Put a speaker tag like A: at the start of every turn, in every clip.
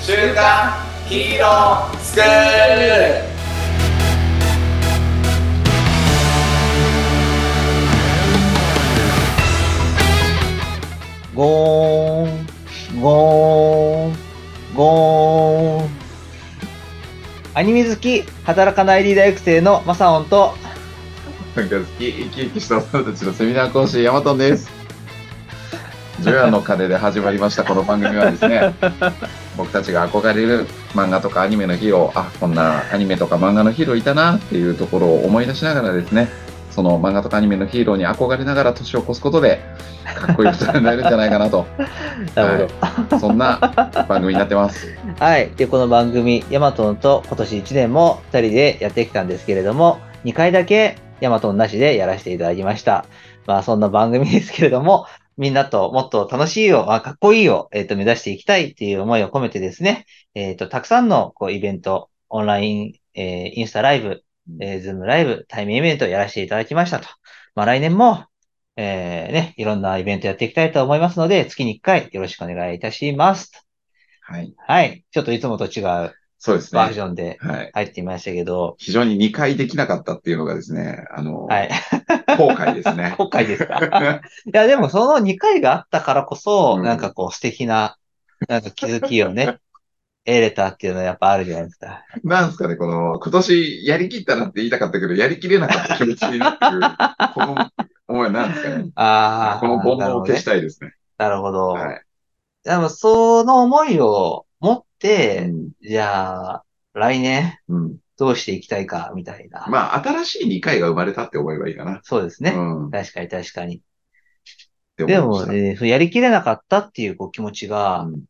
A: 週刊ヒーロースクール
B: ゴーン、ゴーン、ゴーン。アニメ好き、働かないリーダー育成のマサオンと、
C: なんか好き、生き生きした大人たちのセミナー講師、ヤマトン です。ジョヤの鐘で始まりました、この番組はですね、僕たちが憧れる漫画とかアニメのヒーロー、あ、こんなアニメとか漫画のヒーローいたなっていうところを思い出しながらですね、その漫画とかアニメのヒーローに憧れながら年を越すことで、かっこいい人になれるんじゃないかなと、
B: なる
C: はい、そんな番組になってます。
B: ほど。はい。で、この番組、ヤマトンと今年1年も2人でやってきたんですけれども、2回だけヤマトンなしでやらせていただきました。まあ、そんな番組ですけれども、みんなともっと楽しいを、あかっこいいを、えっ、と、目指していきたいっていう思いを込めてですね、えっ、と、たくさんの、こう、イベント、オンライン、えーインスタライブ、えー、ズームライブ、対面イベントをやらせていただきましたと。まあ、来年も、えーね、いろんなイベントやっていきたいと思いますので、月に1回よろしくお願いいたします。
C: はい、
B: はい。ちょっといつもと違う
C: そうですね。
B: バージ
C: は
B: ョンで
C: い。
B: 入ってみましたけど、
C: 非常に2回できなかったっていうのがですね、あの、
B: はい。
C: 後悔ですね。
B: 後悔ですか いや、でもその2回があったからこそ、
C: うん
B: なんかこう素敵な、なんか気づきをね、 得れたっていうのはやっぱあるじゃないですか。
C: なんすかね、この、今年やりきったなって言いたかったけど、やりきれなかった気持ちになってくる、この思いなんですかね。
B: ああ。
C: この煩
B: な
C: 悩
B: る
C: を
B: ほど
C: 消
B: ね
C: したいですね。
B: なるほど。
C: はい。
B: でもその思いを持って、
C: うん
B: じゃあ、来年
C: うん。
B: どうしていきたいか、みたいな。
C: まあ、新しい2回が生まれたって思えばいいかな。
B: そうですね。
C: うん。っ
B: 確かに確かに。
C: て思い
B: で
C: ま
B: も、
C: した
B: えーやりきれなかったっていうこう気持ちが
C: うん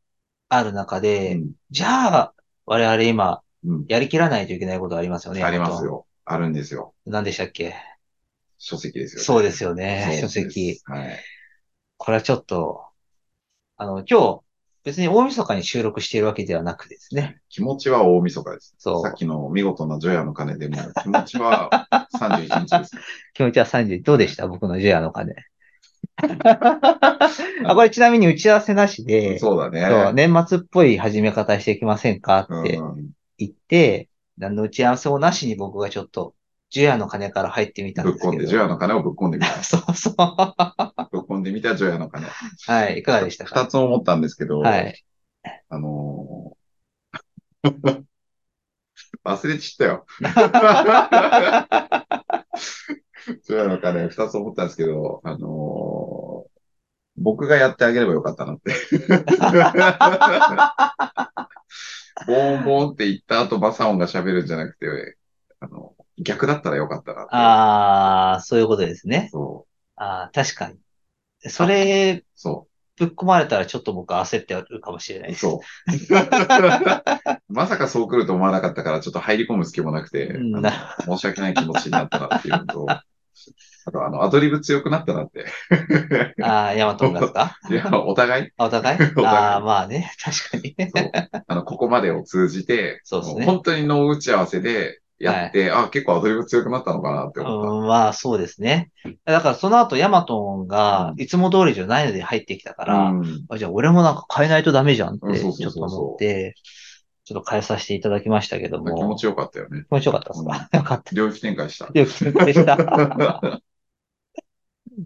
B: ある中で、
C: うん
B: じゃあ、我々今、
C: うん
B: やりきらないといけないことありますよね。
C: あります。よ。あるんですよ。
B: 何でしたっけ
C: 書籍ですよね。
B: そうですよ
C: そう
B: ね。
C: です
B: 書籍。。
C: はい。
B: これはちょっと、あの、今日、別に大晦日に収録しているわけではなくですね。
C: 気持ちは大晦日です。
B: そう
C: さっきの見事なジョヤの鐘でも、気持ちは31日です。
B: 気持ちは30、どうでした僕のジェアの金。 あこれちなみに打ち合わせなしで、
C: そうだね。
B: そう年末っぽい始め方していきませんか
C: う
B: っ
C: ん
B: て言って、何の打ち合わせもなしに僕がちょっと、ジュアの鐘から入ってみたん
C: ぶ
B: で
C: っ
B: すけど。
C: こんで、ジョヤの鐘をぶっこんでみた。
B: そうそう。は
C: ぶっこんでみたジョヤの鐘。
B: い、いかがでしたか
C: 二つ思ったんですけど、
B: はい。
C: あのー 忘れちった よ。そうなのかね、二つ思ったんですけど、あのー僕がやってあげればよかったな って。ボーンボーンって言った後、バサオンが喋るんじゃなくて、あの、逆だったらよかったなって。
B: あー、そういうことですね。
C: そ
B: あー確かに。それ
C: う、、そ、
B: ぶっ込まれたらちょっと僕焦ってるかもしれない うです。
C: そう。 まさかそう来ると思わなかったから、ちょっと入り込む隙もなくて、
B: うん
C: あの
B: な
C: 申し訳ない気持ちになったなっていうの と、あとあの、アドリブ強くなったなって。
B: ああ、ヤマトンがで すか
C: いや、お互い、
B: あお互い
C: お互い
B: ああ、まあね、確かに ね。
C: そうあの、ここまでを通じて、
B: そうですね
C: も本当に脳打ち合わせでやって、あ、結構アドリブ強くなったのかなって思っ
B: うん、まあそうですね。だからその後ヤマトンが
C: う
B: いつも通りじゃないので入ってきたか
C: た。
B: ら、
C: うん
B: あじゃあ俺もなんか変えないとダメじゃんっ
C: うん
B: てち
C: そ
B: ょ
C: うそうそう
B: っと
C: そう
B: 思って、ちょっと変えさせていただきましたけど
C: 気持
B: も、
C: ちよかったよね。
B: 気持ちよかったですか、 よかった。
C: 領域展開 した。
B: よく聞いてきた。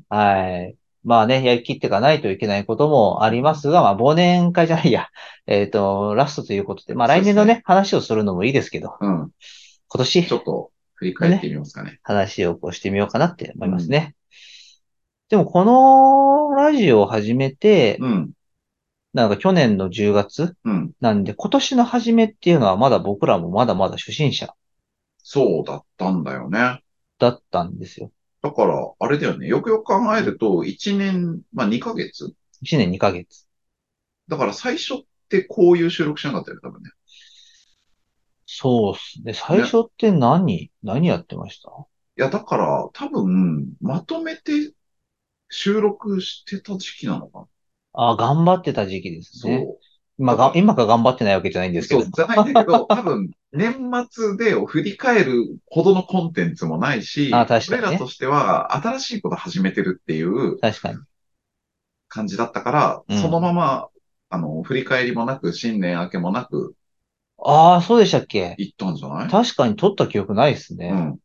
B: はい。まあね、やりきっていかないといけないこともありますが、まあ忘年会じゃないや、 えっ、と、ラストということで、まあ来年の
C: そうで
B: ね、話をするのもいいですけど、
C: うん。
B: 今年
C: ちょっと振り返ってみますかね。
B: 話をこうしてみようかなって思いますね。でもこのラジオを始めて、
C: うん。
B: なんか去年の10月
C: うん。
B: なんで、今年の初めっていうのはまだ僕らもまだまだ初心者
C: そうだったんだよね。
B: だったんですよ。
C: だから、あれだよね。よくよく考えると、1年、まあ2ヶ月
B: 1年2ヶ月。
C: だから最初ってこういう収録しなかったよね、多分ね。
B: そうっすね。最初って何、何やってました
C: いや、だから多分、まとめて収録してた時期なのかな。
B: あ、頑張ってた時期です
C: そう。
B: ね。まあが、今が頑張ってないわけじゃないんですけ
C: そう
B: ど。
C: じゃないんだけ ど、多分、年末で振り返るほどのコンテンツもないし、
B: あ確かにね
C: 俺らとしては新しいこと始めてるっていう
B: 確かに。
C: 感じだったから、
B: うん
C: そのままあの、振り返りもなく、新年明けもなく、
B: ああ、そうでしたっけ
C: 行ったんじゃない
B: 確かに撮った記憶ないです
C: う
B: ね。
C: ん。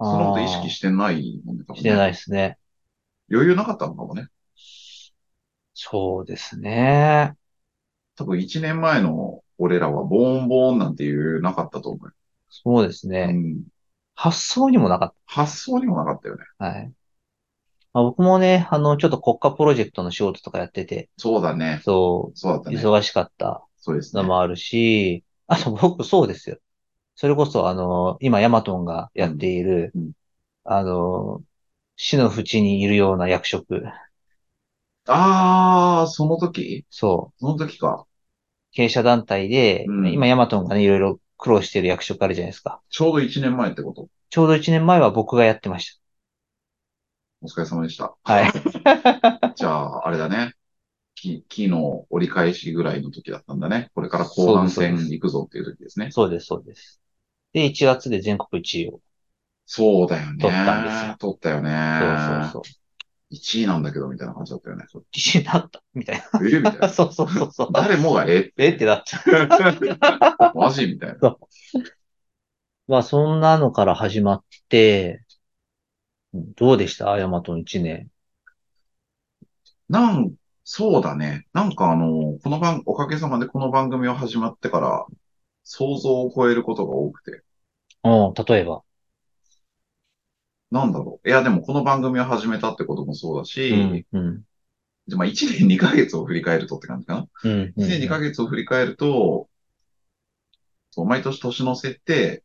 C: そのこと意識
B: し
C: してないもんね、多分ね
B: してないですね。
C: 余裕なかったのかもね。
B: そうですね。
C: 多分1年前の俺らはボーンボーンなんていうなかったと思うよ。
B: そうです
C: う
B: ね。
C: ん。
B: 発想にもなかっ
C: 発想にもなかったよね。
B: た。はい。まあ、僕もね、あの、ちょっと国家プロジェクトの仕事とかやってて、
C: そうだね。
B: そ
C: そうだった
B: う、
C: ね。
B: 忙しかった
C: そうですね
B: の。もあるし、あと僕、そうですよ。それこそ、あの、今、ヤマトンがやっている、
C: うんうん
B: あの、死の淵にいるような役職。
C: あー、その時
B: そう。
C: その時か。
B: 経営者団体で、
C: うん
B: 今ヤマトンがね、いろいろ苦労してる役職あるじゃないですか。
C: ちょうど1年前ってこと。
B: ちょうど1年前は僕がやってまし
C: お疲れ様でした。
B: た。はい。
C: じゃあ、あれだね。き、期の折り返しぐらいの時だったんだね。これから後半
B: そう
C: 戦
B: ですそうです
C: 行くぞっていう時ですね。
B: そうです、そうです。で、1月で全国1位を。
C: そうだよね。
B: 取ったんですよ
C: 取ったよね。
B: そうそうそ
C: 1位なんだけど、みたいな感じだったよね。
B: う。1位になった、みたい
C: えみたい
B: な。
C: な。
B: そうそうそうそう。
C: 誰もがえ
B: えってなっちゃう。
C: マジみたいな。
B: まあ、そんなのから始まって、どうでしたヤマトン1年。
C: なん、そうだね。なんかあの、この番、おかげさまでこの番組を始まってから、想像を超えることが多くて。
B: うん、例えば。
C: なんだろう。いや、でもこの番組を始めたってこともそうだ
B: う
C: し、
B: ん、うん。
C: でまあ1年2ヶ月を振り返るとって感じかな。
B: うん。
C: 1年2ヶ月を振り返ると、そう毎年年の瀬って、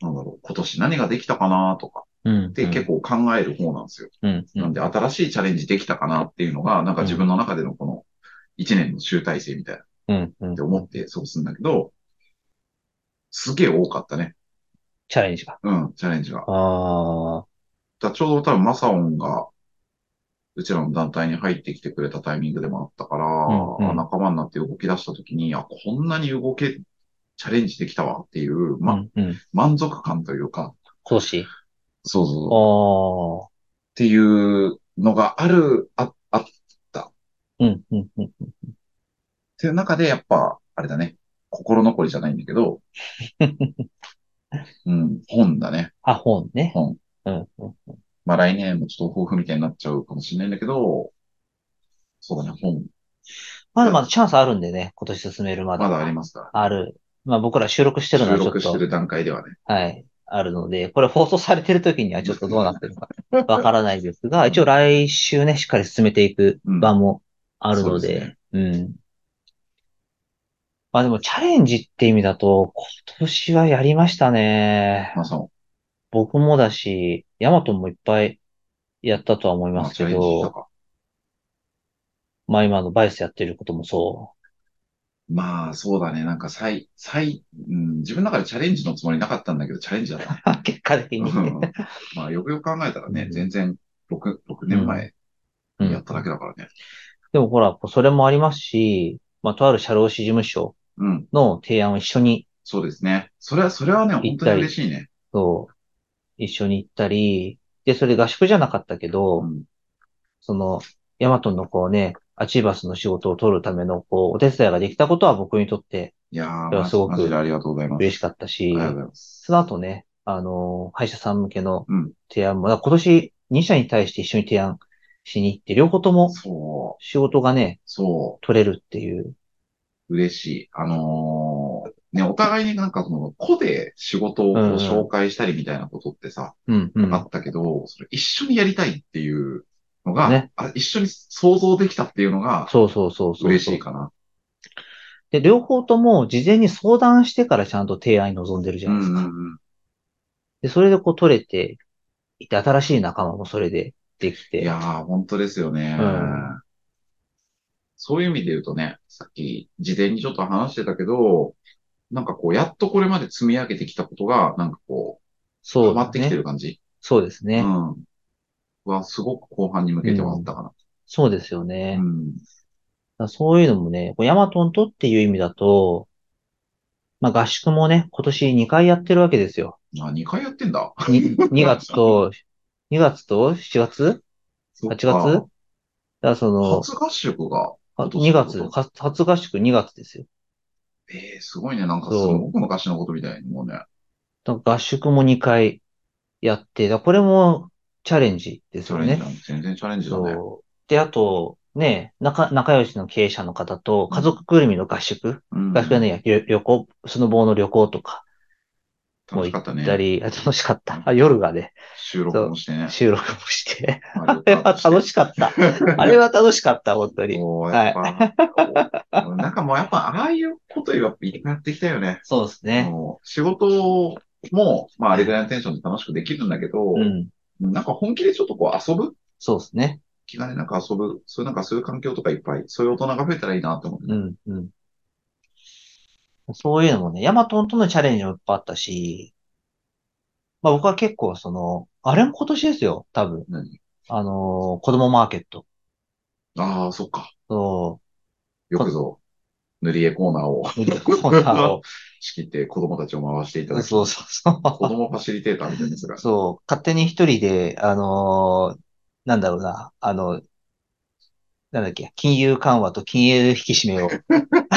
C: なんだろう、今年何ができたかなとか、
B: うん。
C: で結構考える方なんですよ。
B: うん、う
C: なん
B: ん。
C: で、新しいチャレンジできたかなっていうのが、なんか自分の中でのこの1年の集大成みたいなっ
B: うん、うん
C: て。思ってそうするんだけど、すげえ多かったね。
B: チャレンジが。
C: うん、チャレンジが。だか
B: ああ、
C: らちょうど多分マサオンが、うちらの団体に入ってきてくれたタイミングでもあったから、
B: うんうん
C: 仲間になって動き出した時に、あ、こんなに動け、チャレンジできたわっていう、ま、
B: うん、うん。
C: 満足感というか、
B: 講師
C: そうそう
B: あ
C: そう、っ
B: あ。
C: ていうのがある、あ、あ
B: うん、うん、うん。
C: っていう中で、やっぱ、あれだね。心残りじゃないんだけ ど、うん、本だね。
B: あ、本ね。
C: 本。
B: うん、うん。
C: まあ来年もちょっと抱負みたいになっちゃうかもしれないんだけど、そうだね、本、
B: まだまだチャンスあるんでね、今年進めるまで。
C: まだありますか
B: ある。まあ僕ら収録して
C: ら。
B: るの
C: 収
B: はちょ
C: 録
B: っ
C: して
B: と、
C: る段階ではね。
B: はい、あるので、これ放送されてる時にはちょっとどうなってるか わからないですが、一応来週ね、しっかり進めていく場もあるの
C: うんそう
B: で、うん。まあでもチャレンジって意味だと、今年はやりましたね。
C: まあそう。
B: 僕もだし、ヤマトもいっぱいやったとは思い
C: ま
B: ま
C: あ
B: す
C: チ
B: け
C: ャレンジした
B: ど、
C: か。
B: まあ今のバイスやってることもそ
C: まあそうだね、なんか再、再、うん、自分の中でチャレンジのつもりなかったんだけど、チャレンジだったね。
B: う。結果的
C: う
B: に。
C: んまあよくよく考えたらね、全然6、6年前
B: うん
C: やっただけだからね。
B: でもほら、それもありますし、まあ、とある社労士事務所
C: うん、
B: の提案を一緒に、
C: そうですね。それは、それはね、本当に嬉しいね。
B: そう、一緒に行ったり、で、それ合宿じゃなかったけど、
C: うん
B: その、ヤマトのこうね、アチーバスの仕事を取るための、こう、お手伝いができたことは僕にとって
C: いやー、
B: れは
C: マジ
B: すごく
C: マジでありがとうございます。
B: 嬉しかった
C: あ
B: し
C: り、がとうございます。
B: その後ね、あの、歯医者さん向けの
C: うん
B: 提案も、だから今年2社に対して一緒に提案しに行って、両方とも
C: そう、
B: 仕事がね、
C: そ
B: 取れるっていう。
C: う、嬉しい。あのーね、お互いになんかその、個で仕事をこう
B: うんうん
C: 紹介したりみたいなことってさ、
B: うん、うん。
C: あったけど、それ一緒にやりたいっていうのが、
B: ね
C: あ一緒に想像できたっていうのが
B: そうそうそうそう。
C: 嬉しいかな。
B: で、両方とも事前に相談してからちゃんと提案に臨んでるじゃ
C: う
B: ない
C: ん
B: で
C: うん
B: すか。
C: うん。
B: で、それでこう取れていて、新しい仲間もそれででき
C: い
B: て。
C: やー、本当ですよね。
B: うん
C: そういう意味で言うとね、さっき事前にちょっと話してたけど、なんかこう、やっとこれまで積み上げてきたことが、なんかこう、
B: そ
C: 溜
B: う
C: ま
B: で
C: っ
B: す
C: てきて
B: ね。
C: る感じ。
B: そうですね。
C: うん。は、すごく後半に向けてはあったかな。
B: そうですよ
C: う
B: ね。だか
C: ん。
B: らそういうのもね、こうヤマトンとっていう意味だと、まあ合宿もね、今年2回やってるわけですよ。
C: あ、2回やってんだ。
B: に 2, 月と、2月と7月
C: 8
B: ?8 月だからその、
C: 初合宿が本当
B: 2
C: そうい
B: 月、
C: うこ
B: か初合宿2月ですよ。
C: ええすごいね。なんかす
B: そう
C: ごく昔のことみたいにもうね。
B: だから合宿も2回やって、だからこれもチャレンジです
C: チャ
B: よ
C: レンジ
B: ね
C: だ。ね。全然チャレンジだね。
B: そう。で、あと、ね、仲、仲良しの経営者の方と家族ぐるみの合宿、
C: うん
B: 合宿じゃないや、旅旅行、スノボーの旅行とかも
C: 楽しかった
B: 行った
C: ね。
B: り、あ楽しかった。あ夜がね、
C: 収録もしてね。
B: 収録もして。
C: マリオ
B: あれ
C: カー
B: は
C: トして
B: 楽しかった。あれは楽しかった、本当に。
C: もうやっぱ、こう なんかもうやっぱ、ああいうことやっぱなってきたよね。
B: そうですね。
C: もう仕事も、まあ、あれぐらいのテンションで楽しくできるんだけど、
B: うん。
C: なんか本気でちょっとこう遊ぶ
B: そうですね。
C: 気兼ねなく遊ぶ。そういうなんかそういう環境とかいっぱい、そういう大人が増えたらいいなと思って、
B: うん、うん。そういうのもね、ヤマトンとのチャレンジもいっぱいあったし、まあ僕は結構その、あれも今年ですよ、多分。
C: 何
B: あのー子供マーケット。
C: ああ、そっか。
B: そ
C: よくぞ、塗り絵コーナーを
B: う。コーナーを。
C: 仕切って子供たちを回していただき、
B: そうそうそ
C: 子供ファシリテーターみたいなやつが
B: う。。そう。勝手に一人で、あのーなんだろうな、あの、なんだっけ、金融緩和と金融引き締めを、
C: 子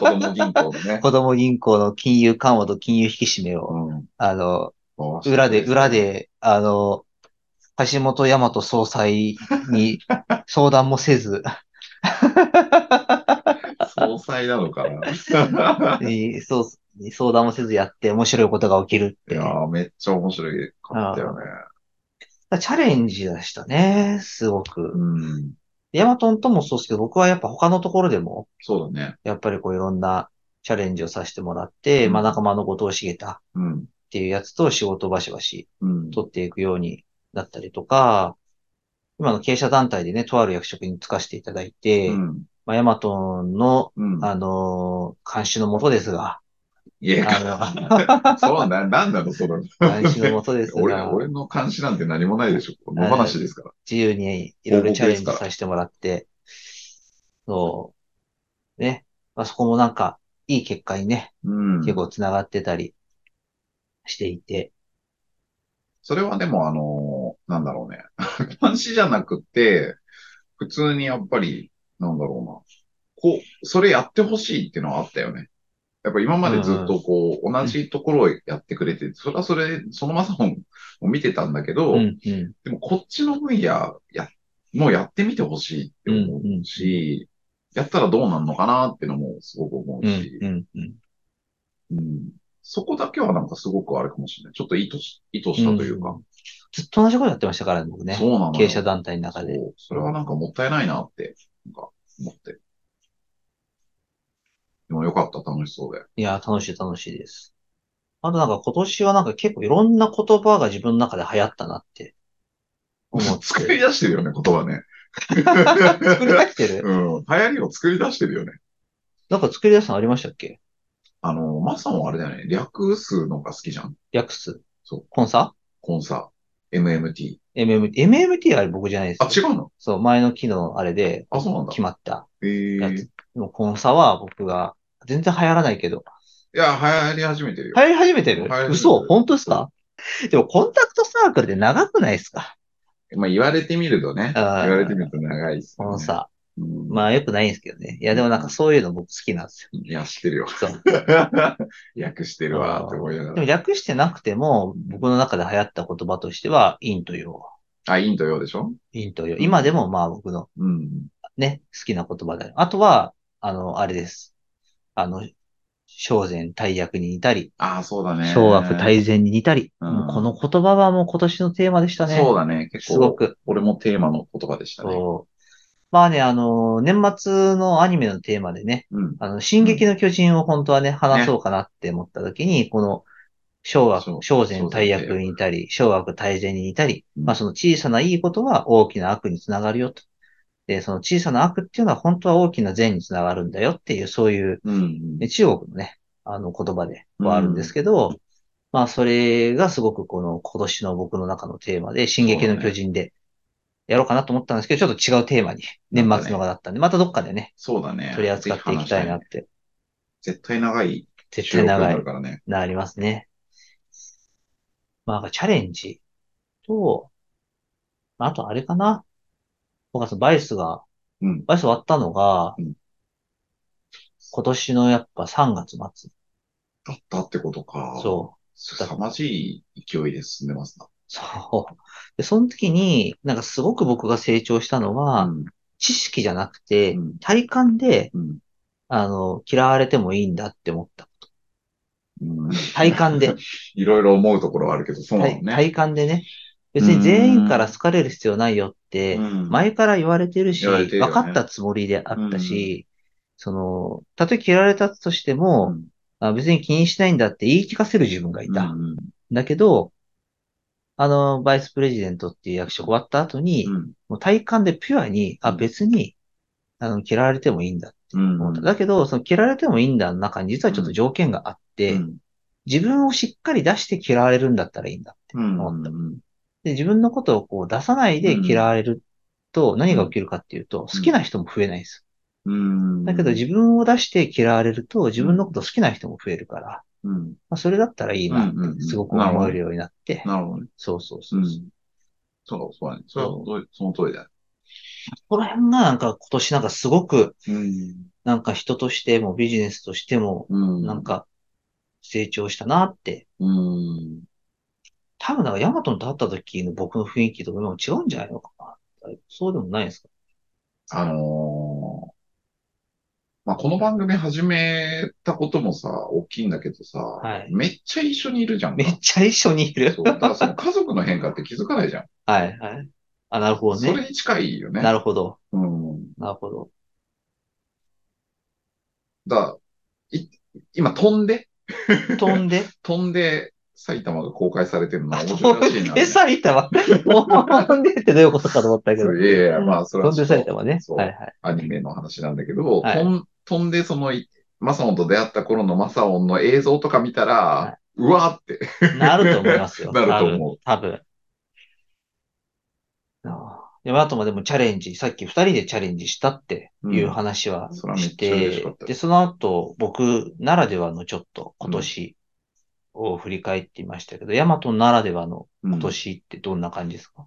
C: 供銀行で ね。
B: 子供銀行の金融緩和と金融引き締めを、
C: うん
B: あの、
C: 回して
B: 裏で、裏で、あの、橋本大和総裁に相談もせず、
C: 総裁なのか な。
B: にそう相談もせずやって面白いことが起きるっ
C: い
B: て。
C: やー、めっちゃ面白いかったよね。
B: チャレンジでしたね、すごく。
C: うん。
B: 大和ともそうですけど、僕はやっぱ他のところでも、
C: そうだね。
B: やっぱりこういろんなチャレンジをさせてもらって、
C: うん
B: まあ仲間の後藤茂太っ
C: うん。
B: ていうやつと仕事バシバシ
C: うん。
B: 取っていくようになったりとか、今の経営者団体でね、とある役職に就かせていただいて、
C: うん。
B: まあ、ヤマトの、
C: うん。
B: あのー監視のもとですが、
C: いや、
B: あ
C: そうな、なんなの、 その。
B: の、監視のもとです
C: 俺、
B: が、
C: 俺の監視なんて何もないでしょ。野放しですから。
B: 自由にいろいろチャレン
C: 報告です
B: ジ
C: か
B: させてもらって、そう、ね、まあ、そこもなんか、いい結果にね、
C: うん。
B: 結構繋がってたりしていて、
C: それはでも、あのーなんだろうね。 監視じゃなくて、普通にやっぱり、なんだろうな。こう、それやってほしいっていうのはあったよね。やっぱ今までずっとこう、同じところをやってくれて、それはそれ、そのまさほんを見てたんだけど、
B: うん、うん、
C: でもこっちの分野や、もうやってみてほしいって思うし、やったらどうなるのかなっていうのもすごく思う
B: うん、
C: し、
B: うん、うん。
C: うんそこだけはなんかすごくあれかもしれない。ちょっと意図し意図したというか、
B: ずっと同じことやってましたからね、僕ね。
C: そうなのよ
B: 経営者団体の中で。
C: そうそれはなんかもったいないなって、なんか思って。でもよかった、楽しそうで。
B: いや、楽しい、楽しいです。あとなんか今年はなんか結構いろんな言葉が自分の中で流行ったなって思って。
C: 作り出してるよね、言葉ね。
B: 作り出し てる
C: うん、流行りを作り出してるよね。
B: なんか作り出したのありましたっけ
C: あの、マサもあれだよね、略すのが好きじゃん。
B: 略す。
C: そう
B: コンサ
C: コンサ、MMT。
B: ?MMT。MMT あれ僕じゃないです
C: あ
B: よ、。
C: 違うの
B: そう、前の機能あれで
C: あ、そうなんだ
B: 決。まった
C: え
B: や
C: ー、
B: つ。
C: い
B: でもコンサは僕が、全然流行らないけど。
C: や、流行り始めてるよ。
B: 流行り始めてる
C: 流行り始めてる
B: 嘘本当ですかでもコンタクトサークルで長くないですか
C: まあ、言われてみるとね。言
B: あー
C: われてみると長いです、ね。
B: コンサ。
C: うん
B: まあ良くないんですけどね。いやでもなんかそういうの僕好きなんですよ。
C: いや、してるよ。
B: そう。
C: 訳してるわ、って思いなが
B: で
C: ら。
B: も略してなくても、僕の中で流行った言葉としては、陰と陽。
C: あ、インド用でしょ
B: 陰と陽。今でもまあ僕の
C: うん。
B: ね、好きな言葉だよ。あとは、あの、あれです。あの、小善大役に似たり、
C: ああ、そうだね。
B: 小悪大善に似たり、
C: うん
B: もうこの言葉はもう今年のテーマでしたね。
C: そうだね。結構、
B: すごく。
C: 俺もテーマの言葉でしたね。
B: そうまあね、あの、年末のアニメのテーマでね、
C: うん。
B: あの、進撃の巨人を本当はね、話そうかなって思った時に、この、小悪
C: そ、う
B: 小善
C: 小善
B: 大
C: 大
B: 役
C: 悪
B: にいたり、小悪大善にいたり、
C: うん
B: まあその小さないいことは大きな悪につながるよと。で、その小さな悪っていうのは本当は大きな善につながるんだよっていう、そういう、
C: うんうん。
B: ね中国のね、あの言葉ではあるんですけど、まあそれがすごくこの今年の僕の中のテーマで、進撃の巨人でやろうかなと思ったんですけど、ちょっと違うテーマに、年末のがだったんで、またどっかでね、
C: そうだね。
B: 取り扱っていきたいなっ
C: ぜ
B: て、
C: ひ話したいね絶対長い
B: 絶
C: 収録に
B: 対長
C: ないる。からね。
B: なりますね。まあ、なんかチャレンジと、まああとあれかな。僕はそのバイスが
C: うん。
B: バイス終わったのが
C: うん、
B: 今年のやっぱ3月末。
C: だったってことか。う。
B: そう。
C: 凄まじい勢いで進んでますな。
B: そう。で、その時に、なんかすごく僕が成長したのは、
C: うん。
B: 知識じゃなくて
C: うん、
B: 体感で、
C: うん。
B: あの、嫌われてもいいんだって思った。
C: うん
B: 体感で。
C: いろいろ思うところはあるけど、 そうなの
B: 体
C: ね。
B: 体感でね。別に全員から好かれる必要ないよって、
C: うん
B: 前から言われてるし、
C: 言われてるよ
B: 分
C: ね
B: かったつもりであったし、その、たとえ嫌われたとしても、
C: うん
B: あ別に気にしないんだって言い聞かせる自分がいた。
C: うん
B: だけど、あの、バイスプレジデントっていう役職終わった後に、
C: うん
B: もう体感でピュアに、あ、
C: うん
B: 別に、あの、嫌われてもいいんだって思った。
C: うん
B: だけど、その嫌われてもいいんだの中に実はちょっと条件があって、
C: うん
B: 自分をしっかり出して嫌われるんだったらいいんだって
C: うん
B: 思った。で、自分のことをこう出さないで嫌われると何が起きるかっていうと、好きな人も増えないんです
C: うん
B: よ。だけど自分を出して嫌われると自分のこと好きな人も増えるから、
C: うん
B: まあ、それだったらいいなっ
C: うんうんうん
B: てすごく思えるようになって、
C: なるほどね。
B: そうそうそうう。
C: ん。そう、そうだね。それはそうその通りだよ。
B: この辺がなんか今年なんかすごく、
C: うん。
B: なんか人としてもビジネスとしても、
C: うん。
B: なんか成長したなって。
C: うん。
B: 多分なんかヤマトにと会った時の僕の雰囲気とかも違うんじゃないのかな。そうでもないですか
C: あのーまあ、この番組始めたこともさ、大きいんだけどさ、
B: はい
C: めっちゃ一緒にいるじゃんか。
B: めっちゃ一緒にいる。
C: そう。だからその家族の変化って気づかないじゃん。
B: はいはい。あ、なるほど
C: そ
B: ね。
C: れに近いよね。
B: なるほど。
C: うん。
B: なるほど。
C: だからい、今飛んで、
B: 飛んで、
C: 飛んで埼玉が公開されてるのは面白いらしい
B: 飛
C: な。
B: んで 埼玉。飛んでってどういうことかと思ったけど
C: そ。ういやいや、まあ、それ
B: 飛
C: は
B: ん
C: ちょ
B: で
C: っと
B: 埼玉ね。
C: そう
B: はいはい。
C: アニメの話なんだけど、
B: はい
C: とん飛んでその、いマサオンと出会った頃のマサオンの映像とか見たら、
B: は
C: うわーって。
B: なると思います よ。
C: なると思う
B: 多分。多分ああでも、あともでもチャレンジ、さっき二人でチャレンジしたっていう話は
C: うんそれはめっ
B: し
C: ちゃ嬉してかった、
B: で、その後、僕ならではのちょっと今年を振り返っていましたけど、ヤマトならではの
C: 今
B: 今年ってどんな感じですか、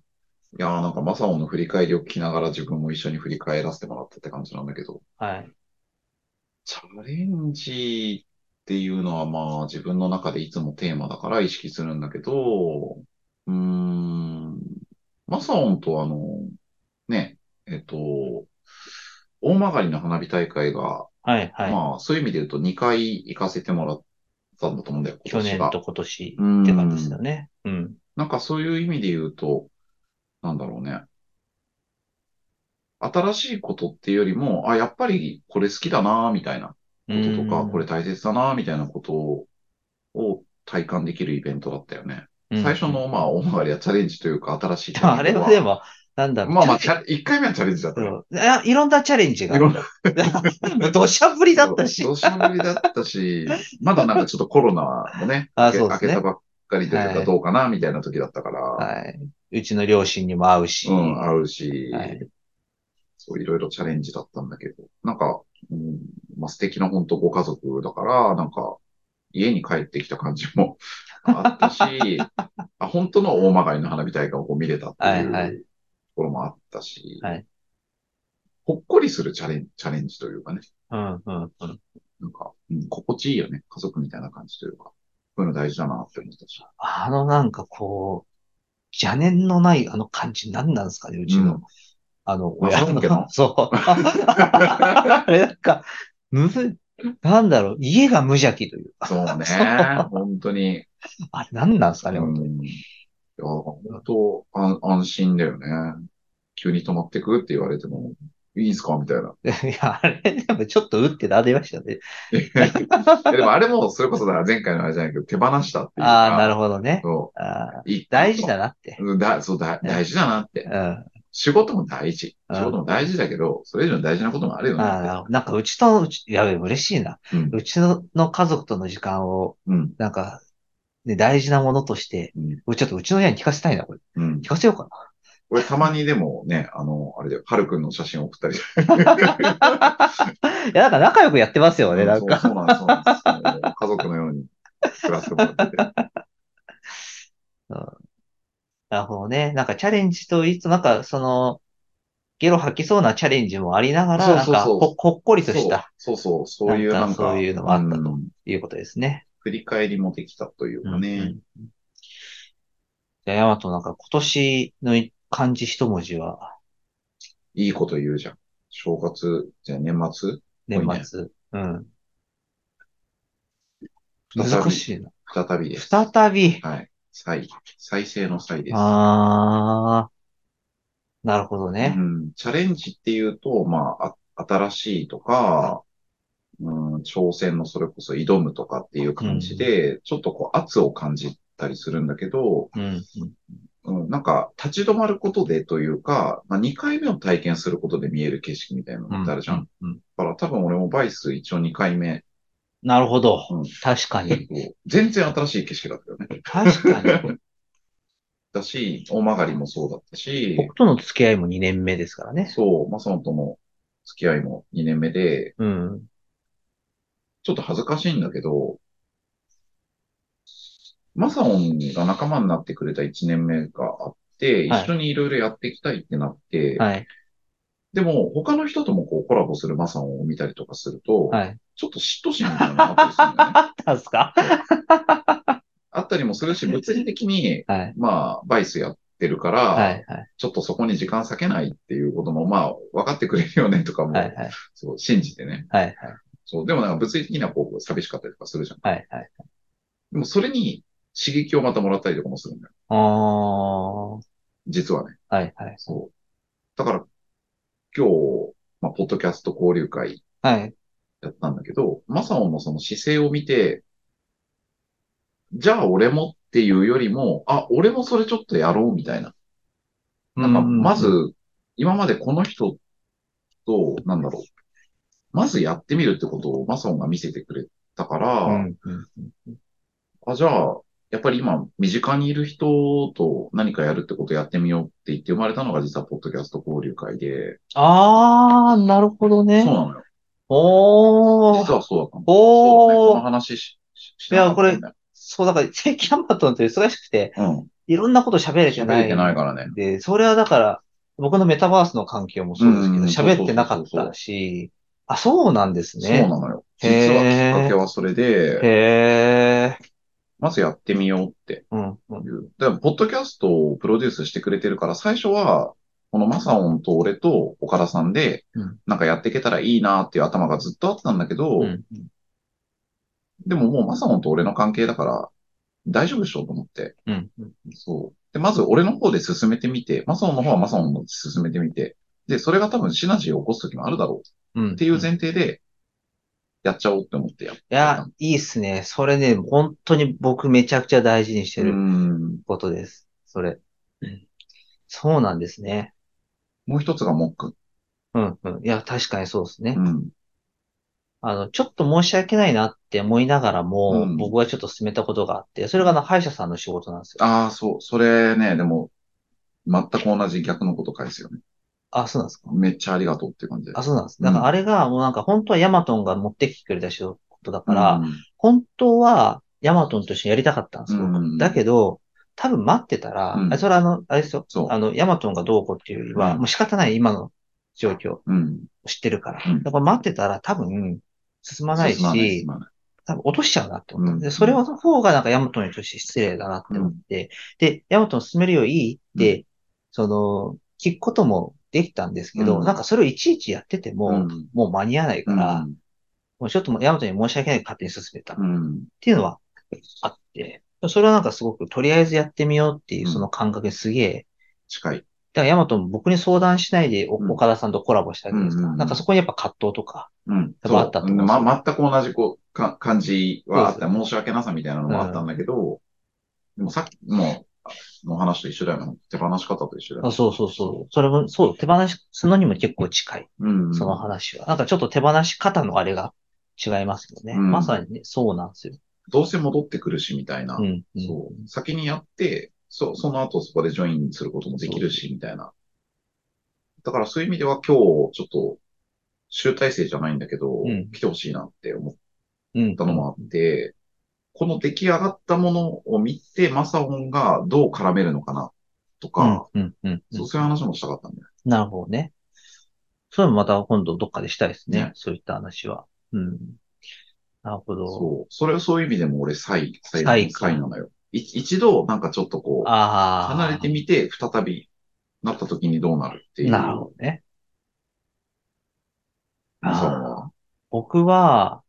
C: いやーなんかマサオンの振り返りを聞きながら自分も一緒に振り返らせてもらったって感じなんだけど、
B: はい。
C: チャレンジっていうのはまあ自分の中でいつもテーマだから意識するんだけど、うーん、マサオンとあの、ね、えっと、大曲りの花火大会が、
B: はいはい。
C: まあそういう意味で言うと2回行かせてもらったんだと思うんだよ、今
B: 去
C: 年
B: 年
C: が。
B: と今年って感じですよね。うん。
C: なんかそういう意味で言うと、なんだろうね。新しいことっていうよりも、あ、やっぱりこれ好きだな、みたいなこととか、これ大切だな、みたいなことをを体感できるイベントだったよね。
B: うん
C: 最初の、まあ、大回りはチャレンジというか、新しい。
B: あれはで、も、なんだろう。
C: まあまあ、
B: チ
C: チ
B: ャレンジ
C: ャレ1回目はチャレンジだったよ。
B: そういやいろんなチャレンジが。
C: いろんな
B: もう 土砂降りだったし
C: そう。土砂降りだったし、まだなんかちょっとコロナもね、
B: あ
C: 明け
B: そうですね
C: 明けたばっかりで
B: はい
C: どうかな、みたいな時だったから、
B: はい。うちの両親にも会うし。
C: うん、あるし、
B: はい
C: そう、いろいろチャレンジだったんだけど、なんか、うん、まあ、素敵な本当ご家族だから、なんか、家に帰ってきた感じ もあったし、あ本当の大曲りの花火大会をこう見れたっていう
B: はいはい
C: ところもあったし、
B: はい
C: ほっこりするチャレンチャレンジというかね、
B: うん、うん、うん。
C: なんか、うん、心地いいよね。家族みたいな感じというか、こういうの大事だなって思ったし。
B: あのなんかこう、邪念のないあの感じ何なんですかね、うちの。
C: うん
B: あの、
C: あ
B: 親
C: そうなんだ
B: の。 そう。あれなんか、むず、なんだろう、家が無邪気というか。。
C: そうね 本当に。
B: あれ何なんですかね、 本当に。
C: うんいや、本当安、安心だよね。急に止まってくって言われても、いいんすかみたい な。
B: いや、あれ、でもちょっと打ってなでましたね。
C: いやでもあれも、それこそだから前回のあれじゃないけど、手放したっていうか。
B: ああ、なるほどね。
C: そ
B: あー
C: ういい
B: 大事だなって。
C: うんだ、そうだ、大事だなって
B: う。ん。
C: 仕事も大事。
B: うん
C: 仕事も大事だけど、それ以上に大事なこともあるよね
B: あ
C: っ
B: あ、なんかうちと、うちやべえ、嬉しいな。
C: て。うん
B: うちのの家族との時間を、
C: うん。
B: なんか、ね、大事なものとして、
C: うん
B: うちょっとうちの親に聞かせたいな、これ。
C: うん
B: 聞。かせようか
C: 俺たまにでもね、あの、あれだよ、はるくんの写真送ったり
B: な。いや、なんか仲良くやってますよね、なん
C: そう
B: か。
C: そうなんです、そうなんですもう。家族のように暮らしてもら ってて。
B: なるほどね。なんかチャレンジと言いつつ、なんかその、ゲロ吐きそうなチャレンジもありながら、な
C: そ
B: ん
C: うそう
B: か
C: そう
B: ほ、ほっこりと
C: そう
B: した、
C: そうそう、そういう
B: な
C: なんん
B: か
C: か、
B: そういうのもあったと
C: うん
B: いうことですね。
C: 振り返りもできたというか
B: うんう
C: ね
B: ん。じゃあ、ヤマトなんか今年の漢字一文字は、
C: いいこと言うじゃん。正月、じゃあ年末
B: 年末。うん。
C: 再び
B: 難しいな。
C: 再びです。
B: 再び。
C: はい。再、再生の再です。
B: あー。なるほどね
C: う。ん、チャレンジっていうと、まあ、あ新しいとか、うん、挑戦のそれこそ挑むとかっていう感じで、ちょっとこう圧を感じたりするんだけど、
B: うん。
C: うん、なんか立ち止まることでというか、まあ、2回目を体験することで見える景色みたいなのってあるじゃん。だ
B: うん。
C: から多分俺もバイス一応2回目、
B: なるほど
C: うん。
B: 確 かに。
C: 全然新しい景色だったよね。
B: 確かに。
C: だし、大曲りもそうだったし、
B: 僕との付き合いも2年目ですからね。
C: そう、マサオとの付き合いも2年目で、
B: うん。
C: ちょっと恥ずかしいんだけど、マサオンが仲間になってくれた1年目があって、
B: はい
C: 一緒にいろいろやっていきたいってなって、
B: はい。
C: でも他の人ともこうコラボするマサオンを見たりとかすると、
B: はい。
C: ちょっと嫉妬心みたいなのがあったりするんだよね。
B: あったんすか
C: あったりもするし、物理的に、
B: はい。
C: まあ、バイスやってるから、
B: はい。はい。
C: ちょっとそこに時間割けないっていうことも、まあ、分かってくれるよねとかも、
B: はい。はい。
C: そう、信じてね。
B: はい。
C: そう、でもなんか物理的にはこう、寂しかったりとかするじゃん。
B: はい。はい。
C: でもそれに刺激をまたもらったりとかもするんだよ
B: あー。
C: 実はね。
B: はい。はい。
C: そう。だから、今日、まあ、ポッドキャスト交流会
B: はい。
C: やったんだけど、マサオのその姿勢を見て、じゃあ俺もっていうよりも、あ、俺もそれちょっとやろうみたいな。なんか、ま
B: うん、
C: ず、今までこの人と、なんだろう。まずやってみるってことをマサオが見せてくれたから、
B: うんうん
C: あ、じゃあ、やっぱり今、身近にいる人と何かやるってことやってみようって言って生まれたのが実はポッドキャスト交流会で、
B: あー、なるほど
C: そう
B: ね。
C: なのよ。
B: お
C: 実
B: ー。
C: はそうだったの。そうね
B: お
C: この
B: ー。
C: 話し、しし
B: いや
C: なかったんだよ
B: そう、だから、チェキャンバトンって忙しくて、
C: うん。
B: いろんなこと喋れてな
C: 喋れ
B: い
C: て。ないからね。
B: で、それはだから、僕のメタバースの環境もそうですけど、
C: うん
B: 喋ってなかったし、あ、そうなんです
C: そうな
B: ね。
C: のよ。実
B: へ
C: は
B: ー
C: きっかけはそれで、
B: へえ。
C: まずやってみようって
B: うん、うん、
C: いう。でも、ポッドキャストをプロデュースしてくれてるから、最初は、このマサオンと俺と岡田さんで
B: うん、
C: なんかやっていけたらいいなっていう頭がずっとあったんだけど、
B: うん。
C: でももうマサオンと俺の関係だから、大丈夫でしょうと思って。
B: うん、うん。
C: そう。で、まず俺の方で進めてみて、マサオンの方はマサオンの進めてみて、で、それが多分シナジーを起こす時もあるだろ
B: うん
C: うっていう前提で、やっちゃおうって思ってやっ
B: いや、いいっすね。それね、本当に僕めちゃくちゃ大事にしてて
C: る。う
B: る
C: ん。
B: ことです。それ。うんそうなんですね。
C: もう一つがモック。
B: うん、うん。いや、確かにそうですね
C: う。ん。
B: あの、ちょっと申し訳ないなって思いながらも、
C: うん
B: 僕はちょっと進めたことがあって、それがあの、歯医者さんの仕事なんですよ。
C: ああ、そう。それね、でも、全く同じ逆のこと返すよね。
B: あ、そうなんですか。
C: めっちゃありがとうっていう感じで。
B: あ、そうなんです。だからあれが、もうなんか本当はヤマトンが持ってきてくれた仕事だから、
C: うん、
B: 本当はヤマトンと一緒にやりたかったんです、僕
C: うん
B: だけど、多分待ってたら、
C: うん
B: あそれはあの、あれですよ
C: そう。
B: あの、ヤマトンがどうこうっていうよりは、
C: うん
B: もう仕方ない今の状況
C: うん。
B: 知ってるから。
C: うん
B: だから待ってたら多分進まない
C: 進まない、
B: し
C: 進、まない。
B: 多分落としちゃうなって思った。
C: うん
B: で、それの方がなんかヤマトンにとって失礼だなって思って、で、ヤマトン進めるよりいいって、その、聞くこともできたんですけど、
C: うん
B: なんかそれをいちいちやってても、
C: うん
B: もう間に合わないから、もうちょっともうヤマトに申し訳ないから勝手に進めたっ
C: うん。うん。
B: ていうのはあって、それはなんかすごくとりあえずやってみようっていう
C: うん
B: その感覚にすげえ、
C: 近い。
B: だからヤマトも僕に相談しないでお
C: うん
B: 岡田さんとコラボしたわけですから、
C: うん
B: なんかそこにやっぱ葛藤とか、
C: うん。
B: 多分あったと思うんですよ
C: ま、全く同じこうか感じはあった。
B: そ
C: 申し訳なさみたいなのもあったんだけど、でもさっきのの話と一緒だよね。手放し方と一緒だよ
B: あ
C: ね。
B: そうそうそう、それも、そう、手放しすのにも結構近い、
C: うん。
B: その話は。なんかちょっと手放し方のあれが違いますけどね。
C: うん
B: まさにね、そうなんですよ。
C: どうせ戻ってくるしみたいな。
B: うん。うん
C: そう。先にやって、そその後そこでジョインすることもできるし、みたいな。だからそういう意味では今日ちょっと集大成じゃないんだけど、
B: うん
C: 来てほしいなって思っ
B: うん
C: ったのもあって、この出来上がったものを見て、マサオンがどう絡めるのかなとか、
B: うん、うん、うん。
C: そうそういう話もしたかったんだよ。
B: なるほどね。そういうのまた今度どっかでしたいですね。
C: ね
B: そういった話は。うん。なるほど。
C: そう。それ、そういう意味でも俺、サイ、サイ、
B: サイか
C: サイなのよ。い一度、なんかちょっとこう、
B: ああ。
C: 離れてみて、再び、なった時にどうなるっていう。
B: なるほどね。
C: そう
B: ああ。僕は、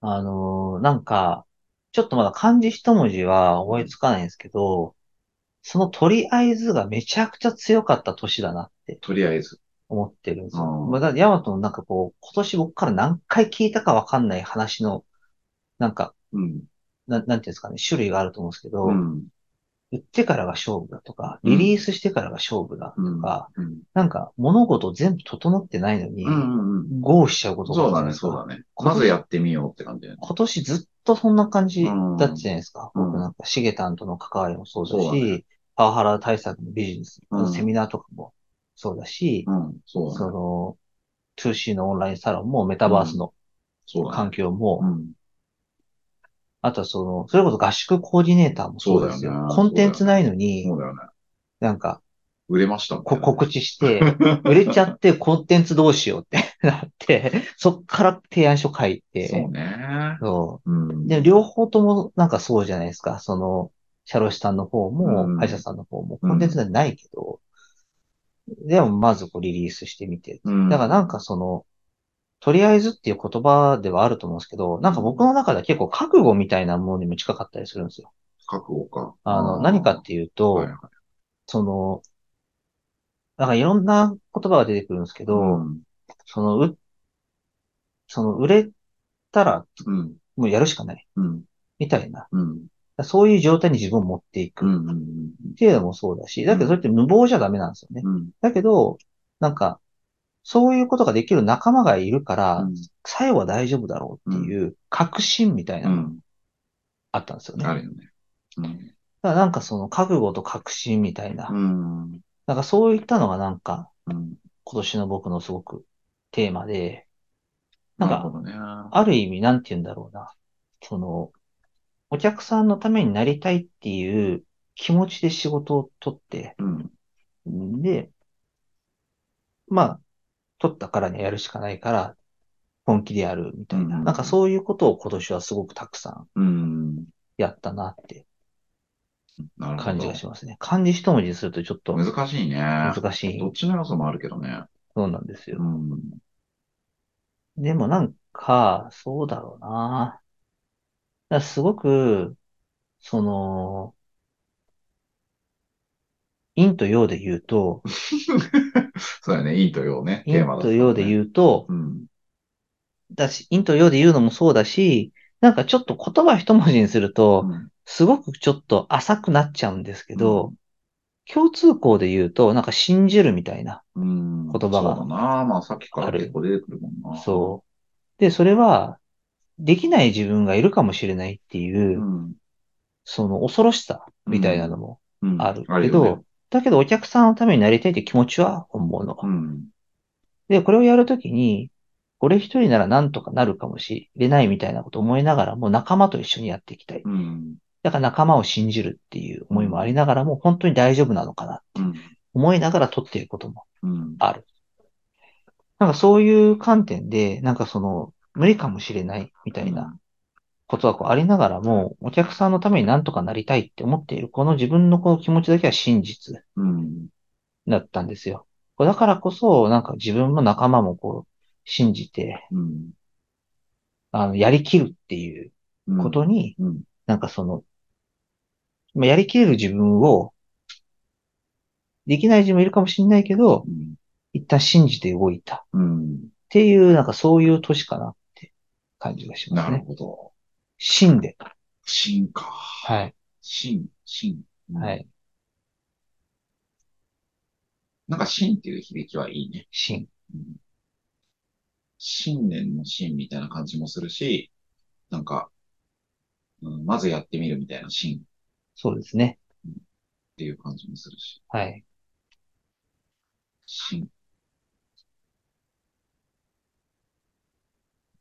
B: あのーなんか、ちょっとまだ漢字一文字は思いつかないんですけど、そのとりあえずがめちゃくちゃ強かった年だなって
C: とりあえず。
B: 思ってるんですよ。
C: うん
B: まあだヤマトのなんかこう、今年僕から何回聞いたかわかんない話の、なんか、
C: うん。
B: ななんていうんですかね、種類があると思うんですけど、
C: うん。
B: 売ってからが勝負だとか、
C: うん
B: リリースしてからが勝負だと
C: うん。
B: か、
C: うん。
B: なんか物事全部整ってないのに
C: う、ん。うん。
B: ゴーしちゃうこと
C: そ
B: が
C: う
B: 多い
C: だ
B: んで
C: ね、
B: すよ
C: そうだね。まずやってみようって感じだよね。
B: 今年ずっとそんな感じだったじゃないですか。
C: うん
B: 僕なんか、シゲタンとの関わりもそうだ
C: そう
B: し、
C: だね
B: パワハラ対策のビジネス、
C: うん
B: セミナーとかもそうだし、
C: うん。そうだ
B: そ
C: ね。
B: の、2C のオンラインサロンもメタバースの
C: そうだね。
B: 環境も、
C: うん。
B: あとはその、それこそ合宿コーディネーターもそうですよ。
C: そうだよね
B: コンテンツないのに、
C: そうだよね。
B: なんか、
C: 売れましたもんね
B: こ告知して、売れちゃってコンテンツどうしようってなって、そっから提案書書いて、
C: そうね。
B: そう
C: うん。
B: で、両方ともなんかそうじゃないですか。その、シャロシさんの方
C: うん
B: も、歯医者さんの方も、
C: うん
B: コンテンツでないけど、でもまずこうリリースしてみて。
C: うん
B: だからなんかその、とりあえずっていう言葉ではあると思うんですけど、なんか僕の中では結構覚悟みたいなものにも近かったりするんですよ。
C: 覚悟か。
B: あの、何かっていうと、
C: はいはい
B: その、なんかいろんな言葉が出てくるんですけど、
C: うん
B: その、う、その、売れたら
C: うん。
B: もうやるしかない。
C: うん。
B: みたいな。
C: うん。
B: そういう状態に自分を持っていく
C: う
B: っ
C: ん。うん。
B: ていうのもそうだし、だけどそれって無謀じゃダメなんですよね。
C: うん。
B: だけど、なんか、そういうことができる仲間がいるから、最後は大丈夫だろうっていう確信みたいな
C: う
B: のが
C: ん。
B: あったんですよね。
C: あ
B: だか
C: るよね。うん
B: らなんかその覚悟と確信みたいな
C: う、ん。
B: なんかそういったのがなんか
C: うん。
B: 今年の僕のすごくテーマで、なん
C: なる
B: か
C: ほどね。
B: ある意味なんて言うんだろうな、その、お客さんのためになりたいっていう気持ちで仕事を取って、
C: うん。
B: で、まあ、取ったからにはやるしかないから、本気でやるみたいな。
C: うん
B: なんかそういうことを今年はすごくたくさん
C: うん。
B: やったなって
C: なるほど。
B: 感じがしますね。漢字一文字にするとちょっと
C: 難しいね。
B: 難しい
C: どっちの要素もあるけどね。
B: そうなんです
C: う
B: よ。
C: ん。
B: でもなんか、そうだろうな。だからすごく、その、陰と陽で言うと、
C: そうだね。いいとようね。テ
B: 陰
C: ーマだった
B: と
C: ね
B: 陽で言うと、
C: うん。
B: だし、陰と陽で言うのもそうだし、なんかちょっと言葉一文字にすると、
C: うん
B: すごくちょっと浅くなっちゃうんですけど、共通項で言うと、なんか信じるみたいな。
C: うん。
B: 言葉が
C: そうだな。まあさっきか
B: あ
C: ら
B: る
C: 結構出てくるもんな。
B: そう。で、それは、できない自分がいるかもしれないっていうう、
C: ん。
B: その恐ろしさみたいなのも
C: うん。
B: ある
C: あ
B: け
C: よ
B: ど、
C: ね
B: だけどお客さんのためになりたいって気持ちは本物。
C: うん。
B: で、これをやるときに、俺一人ならなんとかなるかもしれないみたいなことを思いながらも仲間と一緒にやっていきたい。
C: うん。
B: だから仲間を信じるっていう思いもありながらも、本当に大丈夫なのかなって
C: うん。
B: 思いながら取っていることも。
C: うん。
B: なんかそういう観点で、なんかその、無理かもしれないみたいなことはこうありながらも、お客さんのためになんとかなりたいって思っている、この自分のこの気持ちだけは真実
C: うん。
B: だったんですよ。こうだからこそ、なんか自分も仲間もこう、信じて、
C: うん。
B: あの、やりきるっていう
C: うん
B: ことに、
C: うん。
B: なんかその、まあやりきれる自分を、できない自分もいるかもしれないけど、
C: うん
B: 一旦信じて動いたっ
C: うん。
B: ていう、なんかそういう年かなって感じがしま
C: な
B: す
C: る
B: ね。
C: ほど。
B: 信で。
C: 芯か。
B: はい。
C: 芯、芯。うん
B: はい。
C: なんか芯っていう響きはいいね。
B: 信。
C: うん信念の信みたいな感じもするし、なんか、うん、まずやってみるみたいな信っ
B: そうですね。
C: ていう感じもするし、
B: はい。
C: 信。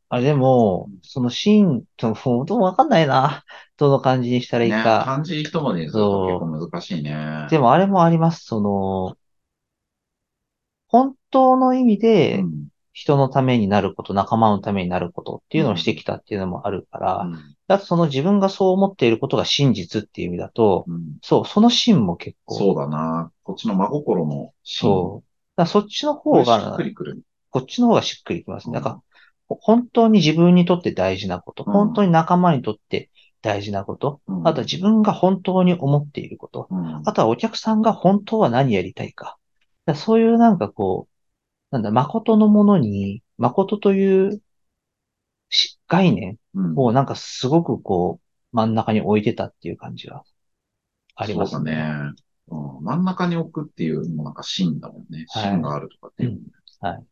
B: あ、でも、その信と、もともわかんないな。どの感じにしたらいい
C: ね、
B: か。
C: 漢字一文字にすると結構難しいね。
B: でもあれもあります。その、本当の意味で、
C: うん
B: 人のためになること、仲間のためになることっていうのをしてきたっていうのもあるから、だとその自分がそう思っていることが真実っていう意味だと、
C: うん
B: そう、その芯も結構、
C: そうだな。こっちの真心のシーン
B: そう。だからそっちの
C: こ
B: 方
C: れしっ
B: が
C: く、りくる。
B: こっちの方がしっくりきますね。
C: う
B: なんんか、本当に自分にとって大事なこと、
C: うん
B: 本当に仲間にとって大事なこと、
C: うん
B: あとは自分が本当に思っていること、
C: うん
B: あとはお客さんが本当は何やりたいか。だからそういうなんかこう、なんだ、誠のものに、誠というし概念
C: うん
B: をなんかすごくこう、真ん中に置いてたっていう感じがあります
C: そうだ。ね。うん真ん中に置くっていうのもなんか芯だもんね。
B: はい
C: 芯があるとかっていうのもね。
B: はい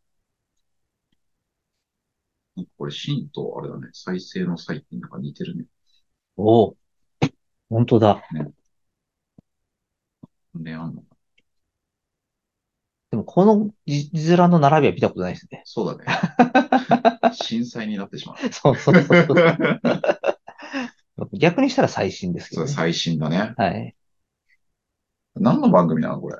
C: なんかこれ芯とあれだね、再生の際ってなんか似てるね。
B: おお本当だ。
C: で、あんの
B: でもこの字字面の並びは見たことないですね。
C: そうだ ね。震災になってしまう。
B: そうそうそうそう。 逆にしたら最新ですけ
C: そ
B: ど、
C: れ
B: ね。
C: 最新だね。
B: はい。
C: 何の番組なのこれ。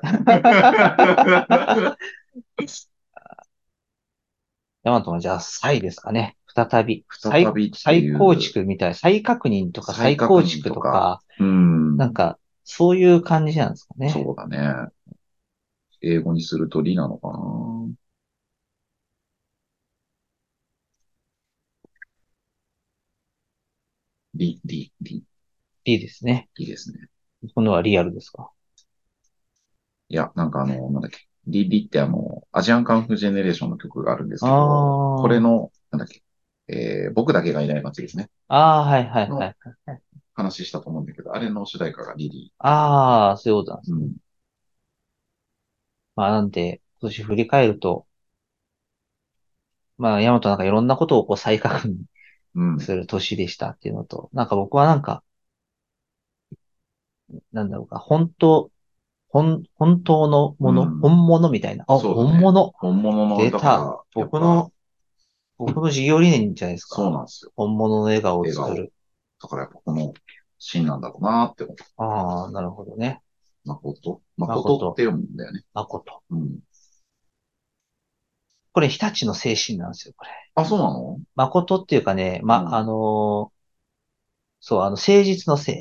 B: ヤマトはじゃあ、再ですかね。再び。
C: 再びって
B: 再
C: いう
B: 再構築みたいな。再確認とか
C: 再
B: 再
C: 確認
B: 構築とか、
C: うん。
B: なんか、そういう感じなんですかね。
C: そうだね。英語にすると理なのかな理、理、理、
B: いいですね。
C: 理ですね。
B: 今度はリアルですか。
C: いや、なんかあの、なんだっけ。リ、リってあの、アジアンカンフージェネレーションの曲があるんですけど、
B: ああ。
C: これの、なんだっけ。えー僕だけがいない街ですね。
B: ああ、はいはいはい。
C: 話したと思うんだけど、あれの主題歌がリリ
B: ああ、そういうことなんです。
C: ー。うん。
B: まあなんで、今年振り返ると、まあ、ヤマトなんかいろんなことをこう再確認
C: うん。
B: する年でしたっていうのと、なんか僕はなんか、なんだろうか、本当、本、本当のもの、
C: うん
B: 本物みたいな。あ、
C: そうだね
B: 本物。
C: 本物の
B: 出
C: だからやったぱ。
B: 僕の、僕の事業理念じゃないですか。
C: そうなんですよ。
B: 本物の笑顔を作る。
C: だからやっぱこのシーンなんだろうなって思う。
B: ああ、なるほどね。
C: 誠
B: 誠
C: 誠って読むんだよね。
B: 誠。
C: うん。
B: これ、日立の精神なんですよ、これ。
C: あ、そうなの
B: 誠っていうかね、ま、
C: うん
B: あのーそう、あの、誠実の誠、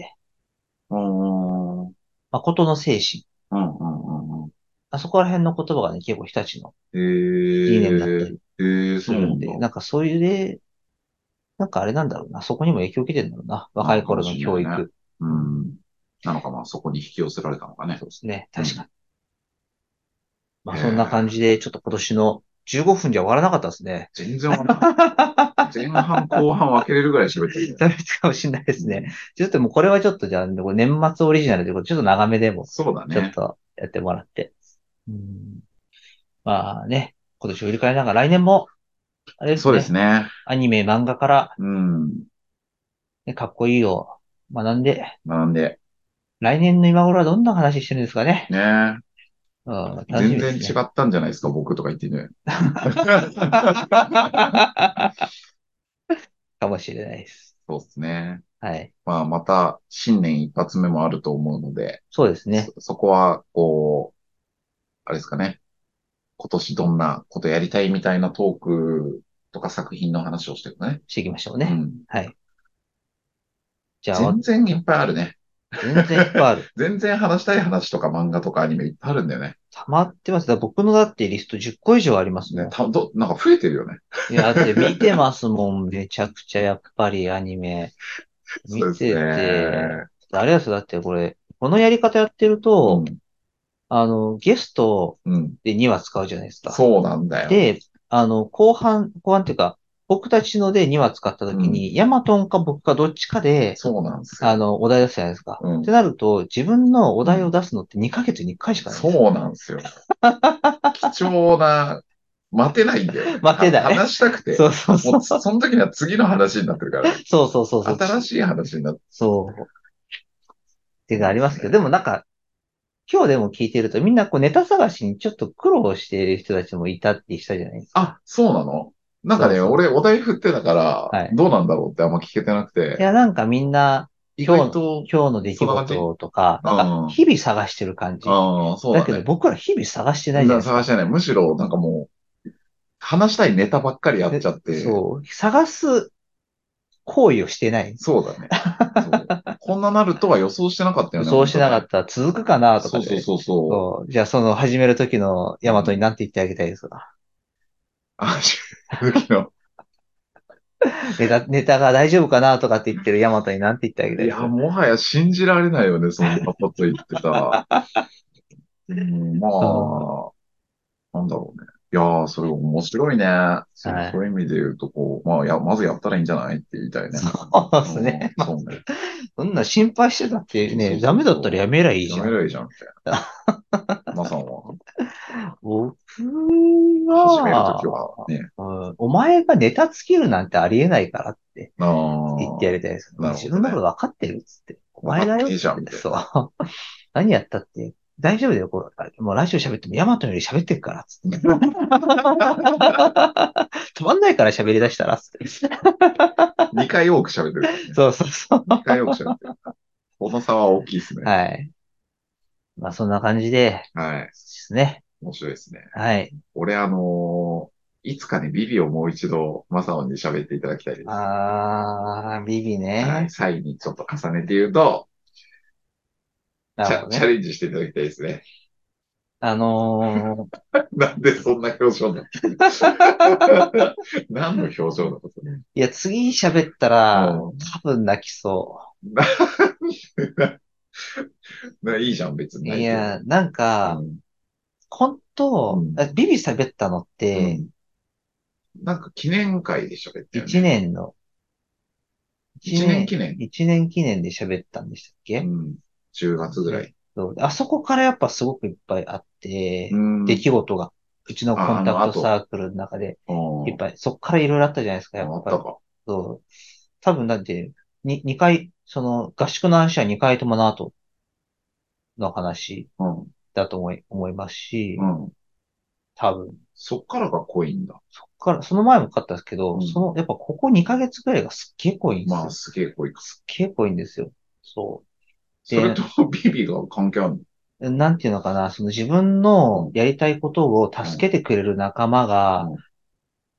C: うーん。うん
B: 誠の精神。
C: うんうんうん。
B: あそこら辺の言葉がね、結構日立の
C: え
B: 理念だった
C: ー
B: り。
C: えー、
B: す
C: そう
B: る
C: なんん
B: で、
C: だ。
B: なんかそういうで、なんかあれなんだろうな、そこにも影響を受けてるんだろうな、若い頃の教
C: かもしれないね
B: 育。
C: うん。なのかまあそこに引き寄せられたのかね
B: そう。ですね、
C: うん
B: 確かに。まあ
C: えー
B: そんな感じで、ちょっと今年の15分じゃ終わらなかったですね。
C: 全然わかんない。前半後半分けれるぐらい喋ってるね。
B: ダメかもしれないですね。ちょっともうこれはちょっとじゃあ、年末オリジナルということで、ちょっと長めでも、
C: そうだ
B: ちょっ
C: ね。
B: とやってもらって。うんまあね、今年を振り返りながら来年も、あれですね、
C: そうですね。
B: アニメ、漫画から、
C: うん。
B: ね、かっこいいを学んで、
C: 学んで。
B: 来年の今頃はどんな話してるんですかね。
C: ね
B: うん、
C: 全
B: 楽しみです
C: 然
B: ね
C: 違ったんじゃないですか、僕とか言ってんじゃない
B: かもしれないです。
C: そうですね。
B: はい。
C: まあ、また、新年一発目もあると思うので、
B: そうですね。
C: そ、そこは、こう、あれですかね。今年どんなことやりたいみたいなトークとか作品の話をしていくね。
B: していきましょう
C: う
B: ね。
C: ん。
B: はい。じゃあ、
C: 全然いっぱいあるね。
B: 全然いっぱいある。
C: 全然話したい話とか漫画とかアニメいっぱいあるんだよね。
B: 溜まってます。だから僕のだってリスト10個以上ありますも
C: ね
B: ん。
C: たどなんか増えてるよね。
B: いや、だって見てますもん。めちゃくちゃやっぱりアニメ。見
C: そうで
B: て
C: す
B: て。
C: ね。
B: あれですよ。だってこれ、このやり方やってると、あの、ゲスト
C: うん。うん。
B: で2話使うじゃないですか。
C: そうなんだよ。
B: で、あの、後半、後半っていうか、僕たちので2話使った時に、ヤマトンか僕かどっちかで、
C: そうなんですよ。
B: あの、お題出すじゃないですか。
C: うん
B: ってなると、自分のお題を出すのって2ヶ月に1回しかない。
C: そうなんで すよ。貴重な、待てないんだよね。
B: 待てない
C: は話した くて。
B: そうそうそ
C: も
B: う。
C: う、その時には次の話になってる から、
B: そうそうそうそう。
C: 新しい話になって
B: そう。っていうのありますけど、でもなんか、今日でも聞いてると、みんなこうネタ探しにちょっと苦労している人たちもいたってしたじゃないですか。
C: あ、そうなのなんかね、
B: そうそう
C: 俺、お題振ってたから、
B: はい
C: どうなんだろうってあんま聞けてなく
B: い
C: て、
B: や、なんかみんな、
C: 意外と、
B: 今日の出来事とか、
C: そん
B: な
C: な感じ
B: んか日々探してる感じ。
C: ああ、そう
B: だ
C: だ
B: けど
C: ね。
B: 僕ら日々探してないじゃ
C: な
B: ないですか。
C: 探してない。むしろ、なんかもう、話したいネタばっかりやっちゃって。
B: そう。探す行為をしてない。
C: そうだね。そうこんななるとは 予想してなかったよね。
B: そうしなかったら続くかなと
C: そ
B: か
C: う
B: で。
C: そうそうそう。
B: そうじゃあその始める時のヤマトに何て言ってあげたいですか
C: あ、正直の。
B: ネタネタが大丈夫かなとかって言ってるヤマトに何て言ってあげたい
C: い
B: です
C: や、
B: か
C: もはや信じられないよね、そんなこと言って た。うん、まあ、なんだろうね。いやー、それ面白いね。そう
B: はい
C: そういう意味で言うと、こう、まあ、や、まずやったらいいんじゃないって言いたいね。
B: そうですね。
C: うんそうね。
B: そんな心配してたって
C: そうそうそ
B: ね、
C: う
B: ダメだったらやめりゃいいじ
C: や
B: ゃ
C: めれ
B: ん。
C: ばいいじ ゃん、みたいな。まさんは、
B: 僕
C: 始めると
B: は
C: き、はね。
B: うんお前がネタ尽きるなんてありえないからって
C: あー
B: 言ってやりたいです。
C: なるほどね
B: 自分のこと分かってるっつって。お前だよっつって。
C: いいじゃんみたいな
B: そう。 何やったって。大丈夫だよ、こうもうラジオ喋っても、ヤマトより喋ってるから、つ って。止まんないから喋り出したら、つって。
C: 二回多く喋ってるからね。
B: そうそうそう。
C: 二回多く喋ってる。この差は大きいですね。
B: はい。まあ、そんな感じで、
C: はい
B: で。すね。
C: 面白いですね。
B: はい。
C: 俺、あのーいつかね、ビビをもう一度、マサオに喋っていただきたいです。
B: あー、ビビ
C: は
B: ね
C: い。。際にちょっと重ねて言うと、チ
B: なるほ
C: ャ
B: ど
C: チャ
B: ね。
C: レンジしていただきたいですね。
B: あの
C: なんでそんな表情なの何の表 情なのこれ
B: ー、いや、次喋ったら、
C: う
B: 多分泣きそう。
C: ないいじゃん、別に。
B: いや、なんか
C: う、ん、
B: 本当
C: うん、
B: あビビ喋ったのっ
C: う
B: て、
C: んなんか記念会で喋ってる、
B: 1。年の、
C: 一年記念。
B: 1年記念で喋ったんでしたっ
C: う
B: け
C: ん。10月ぐらい。
B: そうあそこからやっぱすごくいっぱいあって
C: う、ん。
B: 出来事が、うちのコンタ
C: ああの後
B: クトサークルの中で
C: うん
B: いっぱい、そこからいろいろあったじゃないですか、や
C: あ
B: っ
C: っ
B: ぱ
C: た
B: り。
C: か。
B: そう。多分だって、に、2回、その合宿の話は2回ともなと、の話
C: うん。
B: だと思い、思いますし、
C: うん。
B: 多分。
C: そっからが濃いんだ。
B: そっから、その前も買ったんですけど、
C: うん
B: その、やっぱここ2ヶ月ぐらいがすっげえ濃いんですよ。
C: まあ、すげえ濃いか。
B: すっげえ濃いんですよ。そ
C: それとビビが関係あるの
B: う。なんていうのかな、その自分のやりたいことを助けてくれる仲間が
C: うん、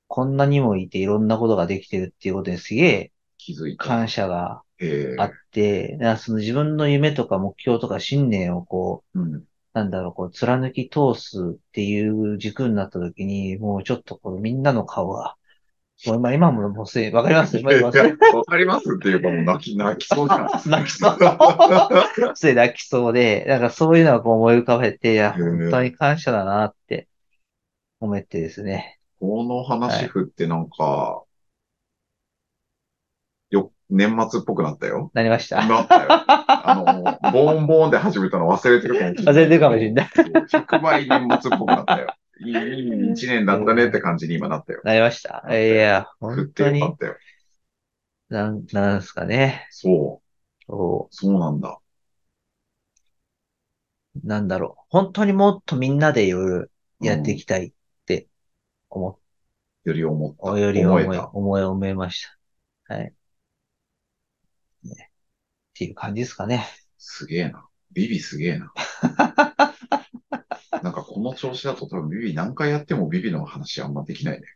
B: こんなにもいていろんなことができてるっていうことにすげえ
C: 気づいた。
B: 感謝が
C: ええ
B: あって、なんかその自分の夢とか目標とか信念をこう、
C: うん。
B: なんだろう、こう、貫き通すっていう軸になった時に、もうちょっとこう、みんなの顔が、もう今、今ももうせ、わかります今、今、
C: わかりますっていうか、もう泣き、泣きそうじゃん。
B: 泣きそう。 すでに泣きそうで、なんかそういうのがこう思い浮かべて、いや、
C: うん
B: 本当に感謝だなって思ってですね。
C: この話振ってなんか、よ、年末っぽくなったよ。
B: なりました。
C: なったよ。あの、ボーンボーンで始めたの忘れてるかもしれない。
B: 忘れてるかもしれない
C: そう。100倍年末っぽくなったよ。いい、いい一年だったねって感じに今なったよ。
B: なりました。いや、
C: 振っ
B: 本
C: て
B: 当
C: よか
B: に
C: っ、たよ。
B: なん、なんですかね。
C: そう。
B: そ
C: そうなんだ。
B: う、なんだろう。本当にもっとみんなでいろいろやっていきたいって思
C: より思った。
B: う、より思い、
C: 思えた。
B: 思い、思いました。はい。ねっていう感じですか ね。
C: すげえな。ビビすげえな。なんかこの調子だと多分ビビ何回やってもビビの話あんまできないね。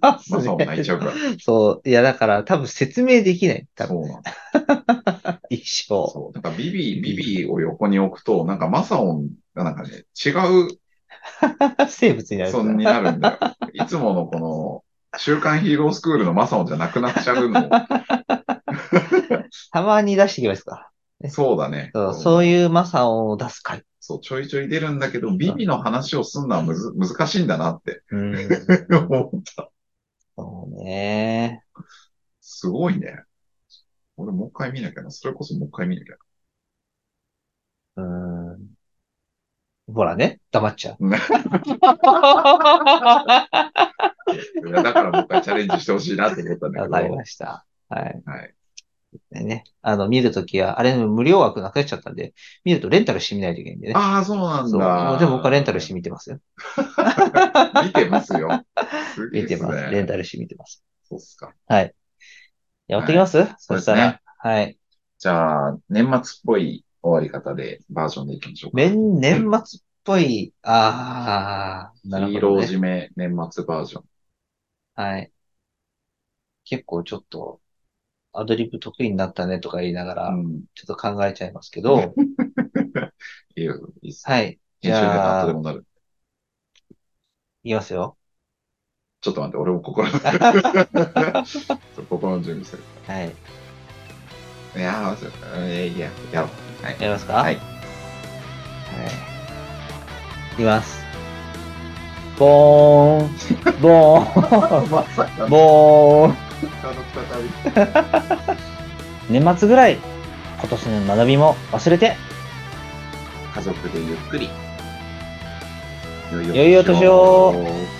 C: マサも泣いちゃうから。
B: そう。いや、だから多分説明できない。多分
C: そうなんだ。
B: 一生。
C: そう。なんかビビ、ビビを横に置くと、なんかマサオンがなんかね、違う、
B: 生物になる
C: そんになるんだよ。いつものこの、週刊ヒーロースクールのマサオンじゃなくなっちゃうの。
B: たまに出してきますか。
C: そうだね。
B: そうそういうマサオを出す回。
C: そう、ちょいちょい出るんだけど、ビビの話をすんのはむず、難しいんだなって
B: うん。
C: 思った。
B: そうね。
C: すごいね。俺もう一回見なきゃな。それこそもう一回見なきゃ
B: うん。ほらね、黙っちゃ う。
C: いやだからもう一回チャレンジしてほしいなって思ったんだ
B: わ
C: け
B: かり
C: ど。
B: ました。はい。
C: はい。
B: でね。あの、見るときは、あれ無料枠なくなっちゃったんで、見るとレンタルしてみないといけないんでね。
C: ああ、そうなん
B: そう。
C: だ。
B: でも僕はレンタルしてみてますよ。
C: 見てますよ。すげえ
B: 見
C: っす
B: て
C: ね
B: ます。レンタルしてみてます。
C: そうっすか。
B: はい。やってきます、そしたら。はい。
C: じゃあ、年末っぽい終わり方でバージョンでいきましょうか。
B: 年、年末っぽい、ああ、なる
C: ヒー
B: ほ
C: ロ
B: ど、
C: ー締
B: ね。
C: め年末バージョン。
B: はい。結構ちょっと、アドリブ得意になったねとか言いながら、
C: うん。
B: ちょっと考えちゃいますけど、
C: いいよ、いいっす。
B: はい。じ
C: 編集でカッ
B: ゃ
C: トで
B: あ、
C: もなる。
B: いきますよ。
C: ちょっと待って、俺も心のちょっと心の準備する。
B: はい。
C: いやー、そうえーいや、やろう。はい。
B: やりますか
C: はい
B: はい。いきます。ボー ン、ボーン、
C: まさかの
B: ボーン。
C: 再び。
B: 年末ぐらい、今年の学びも忘れて、
C: 家族でゆっくり。
B: 良いお年を
C: 良いお年を